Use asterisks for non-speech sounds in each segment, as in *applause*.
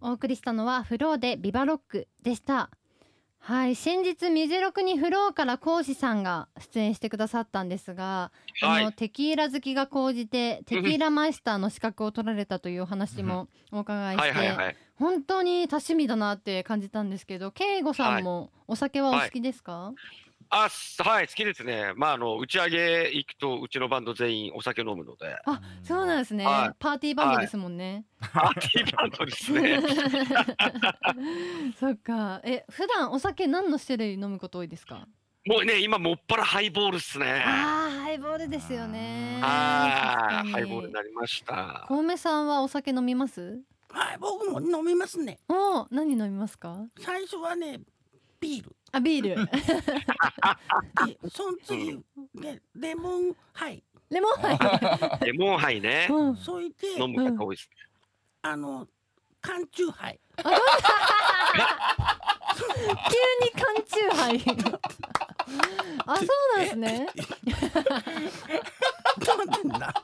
お送りしたのはフローでビバロックでしたはい先日ミジロクにフローから講師さんが出演してくださったんですが、はあのい。テキーラ好きが高じてテキーラマイスターの資格を取られたというお話もお伺いはしいはいてはい。本当に多趣味だなって感じたんですけど慶吾さんもお酒はお好きですか、あ、すはい、好きですね。まあ、あの、打ち上げ行くと、うちのバンド全員お酒飲む *laughs* ので。あそうなんですね、はいパーティーバンドですもんね、パーティーバンドですね。 *laughs* そっかえ普段お酒何の種類飲むこと多いですかもうね、今もっぱらハイボールっすね。あーハイボールですよね。あー確ハかイにボールになりました。小梅さんはお酒飲みます？はい、僕も飲みますね。おー何飲みますか？最初はね、ビール。あビール、で、その次、ね、レモンハイ。 *laughs* レモンハレモンハイねイ。。うん。そいて、飲む方多いですあの、缶チューハイ。 *laughs* 急に缶チューハイ。あそうなんですね。なんでだ。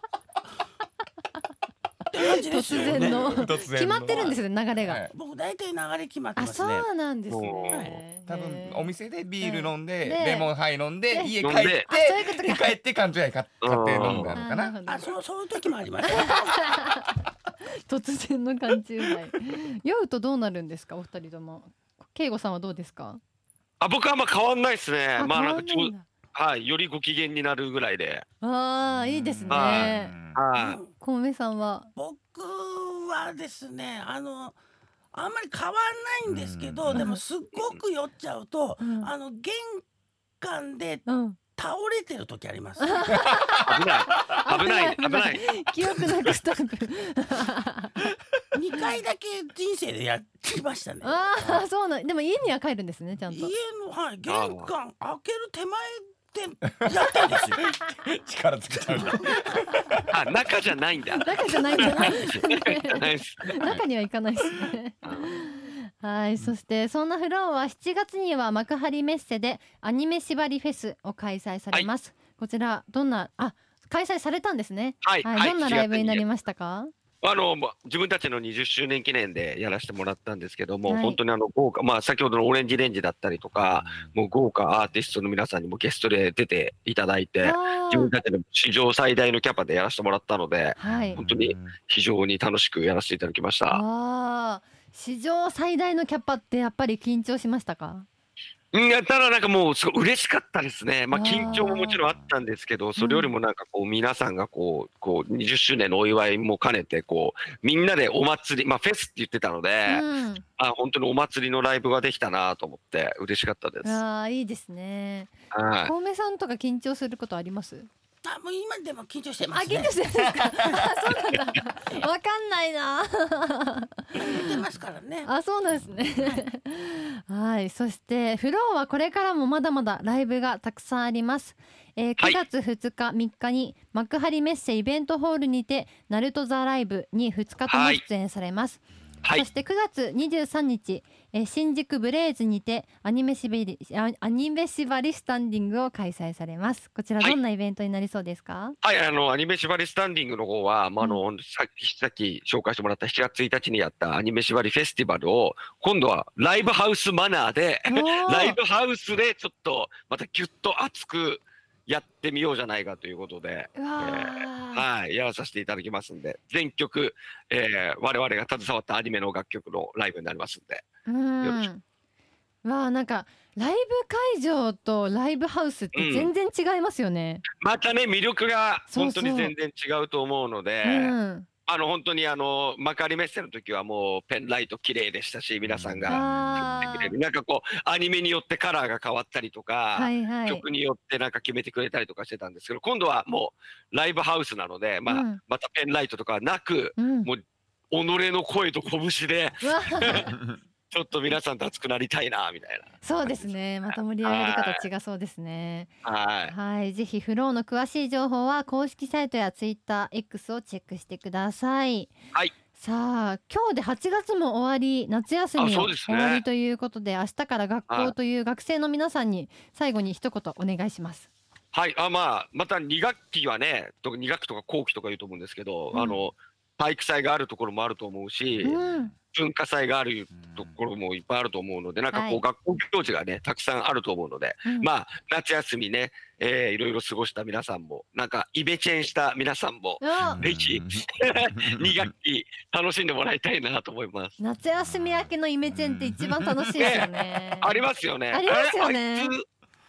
って感じですよ突然の突然の決まってるんですよね流れが。はい僕大体流れ決まってあますそね。うなんですもうね。多分おへー店でビール飲んで、ねレモンハイ飲んで、ね家飲帰んっでてあそういうこと家か。帰って缶中杯買買って飲んだのあかなーなあ、るほそう、そういう時もあります。ど *laughs* 突然の缶チューハイ。酔うとどうなるんですかお二人とも。慶吾さんはどうですか？あ、僕はあんま変わんないですね。まあ、なんかち変わんなょいんだはい、よりご機嫌になるぐらいで。あーいいですはね。はうい。ん小梅さんは。僕はですね、あの。あんまり変わんないんですけうど、んでもすっごく酔っちゃうと、うんあの玄関でうん。倒れてる時あります。危ない。危ない。危ない。。記憶なくした *laughs* く。二回だけ人生でやってましたね。 *laughs* ああ、そうなん、でも家には帰るんですね、ちゃん家と。の、はい、玄関開ける手前でやったんですよ。 *laughs* うん力つけちゃうんだあ、中じゃな *laughs* いんだ。中じゃないんじゃない *laughs* ないです。中には行かないですね。はい、そしてそんなフローは7月には幕張メッセでアニメ縛りフェスを開催されます。こちらどんなあ開催されたんですね。はい。はい、どんなライブになりまましたか？あの、まあ自分たちの20周年記念でやらせてもらったんですけども、はい本当にあの、豪華、まあ、先ほどのオレンジレンジだったりとか、もう豪華アーティストの皆さんにもゲストで出ていただいて、あ自ー分たちの史上最大のキャパでやらせてもらったので、はい。本当に非常に楽しくやらせていただきました。ああ、史上最大のキャパってやっぱり緊張しましたか？うん、やったらなんかもうすごい嬉しかったですね。まああー緊張ももちろんあったんですけど、それよりもなんかこう皆さんがこう、こう20周年のお祝いも兼ねて、こう、みんなでお祭り、まあフェスって言ってたので、うん。あ本当にお祭りのライブができたなと思って嬉しかったです。あはあ、いいですね。い。小梅さんとか緊張することあります？あ、もう今でも緊張してあ、ます、ね。緊張してるん *laughs* ですか。あそうなんだ。わかんないな。緊張してますからね。あ、そうなんですね。 *laughs* はい、そしてフローはこれからもまだまだライブがたくさんあります。えー、は9い月2日、3日に幕張メッセイベントホールにてナルトザライブに2日とも出演されます。はそいし。て9月23日、えー新宿ブレイズにてアニメしびりあアニメ縛りスタンディングを開催されます。こちらはいどんなイベントになりそうですか？はい、あの、アニメ縛りスタンディングの方は、まあ、あの、さっき、さっき紹介してもらった7月1日にやったアニメ縛りフェスティバルを、今度はライブハウスマナーで、ライブハウスでちょっとまたギュッと熱くやってみようじゃないかということで、おーうわーはい、やらさせていただきますんで、全曲、えー、我々が携わったアニメの楽曲のライブになりますんで、うん。よろしわあなんかライブ会場とライブハウスって全然違いますよね。またね、魅力がそう本そ当うに全然違うと思うので、うん。あの、本当にあの、幕張メッセの時はもうペンライト綺麗でしたし、皆さんあが作ってくれーる。なんかこう、アニメによってカラーが変わったりとか、はいはい。曲によってなんか決めてくれたりとかしてたんですけど、今度はもうライブハウスなので、まあ、うんまたペンライトとかはなく、うん。もう己の声と拳で、うわーちょっと皆さんと熱くなりたいな、みたいそうですね。また盛り上がり方違そうですね。な。はい。はい、ぜひフローの詳しい情報は公式サイトやツイッター X をチェックしてください。はい。さあ、今日で8月も終わり、夏休みあそもうです終ねわりということで、明日から学校という学生の皆さんに最後に一言お願いします。はい。あ、まあ、また2学期はね、と2学期とか後期とか言うと思うんですけど、うんあの、体育祭があるところもあると思うし、うん、文化祭があるところもいっぱいあると思うので、なんかはこいう学校行事がね、たくさんあると思うので、うんまあ夏休みね、えーいろいろ過ごした皆さんも、なんかイベチェンした皆さんも、おぜひ2学期楽しんでもらいたいなと思います。夏休み明けのイメチェンって一番楽しいですよね。 *laughs* ありますよね。ありますよねあれあいつ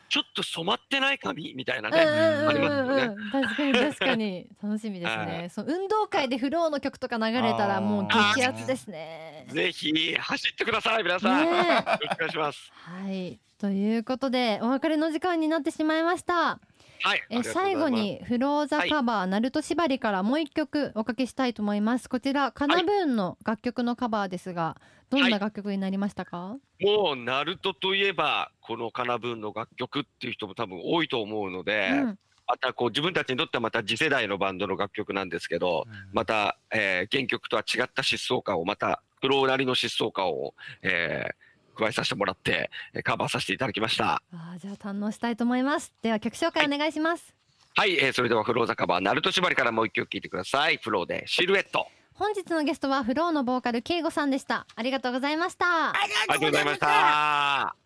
ちょっと染まってない髪みたいなうんね。うんありますうんよね。うん、確かに確か *laughs* に楽しみですはね。そう運動会でフローの曲とか流れたらもう激アツですね。ぜひ走ってください皆さん。よねえろしくお願いします。はいということでお別れの時間になってしまいました。はい。ありえがとうござい最ま後。すに「フローザカバーナルト縛り」からもう一曲おかけしたいと思いますこちらカナブーンの楽曲のカバーですがどんはない楽曲になりましたか、もうナルトといえばこのカナブーンの楽曲っていう人も多分多いと思うので、うんまたこう自分たちにとってはまた次世代のバンドの楽曲なんですけど、また、えー原曲とは違った疾走感をまたフローラリの疾走感を、えー加えさせてもらってえーカバーさせていただきました。あーじゃあ堪能したいと思いますでは曲紹介お願いします、はい、えー、それではフローザカバー、ナルト縛りからもう一曲聴いてください。フローでシルエット。本日のゲストはフローのボーカルケイゴさんでしたありがとうございましたありあがりがととううごござざいいままし。したた。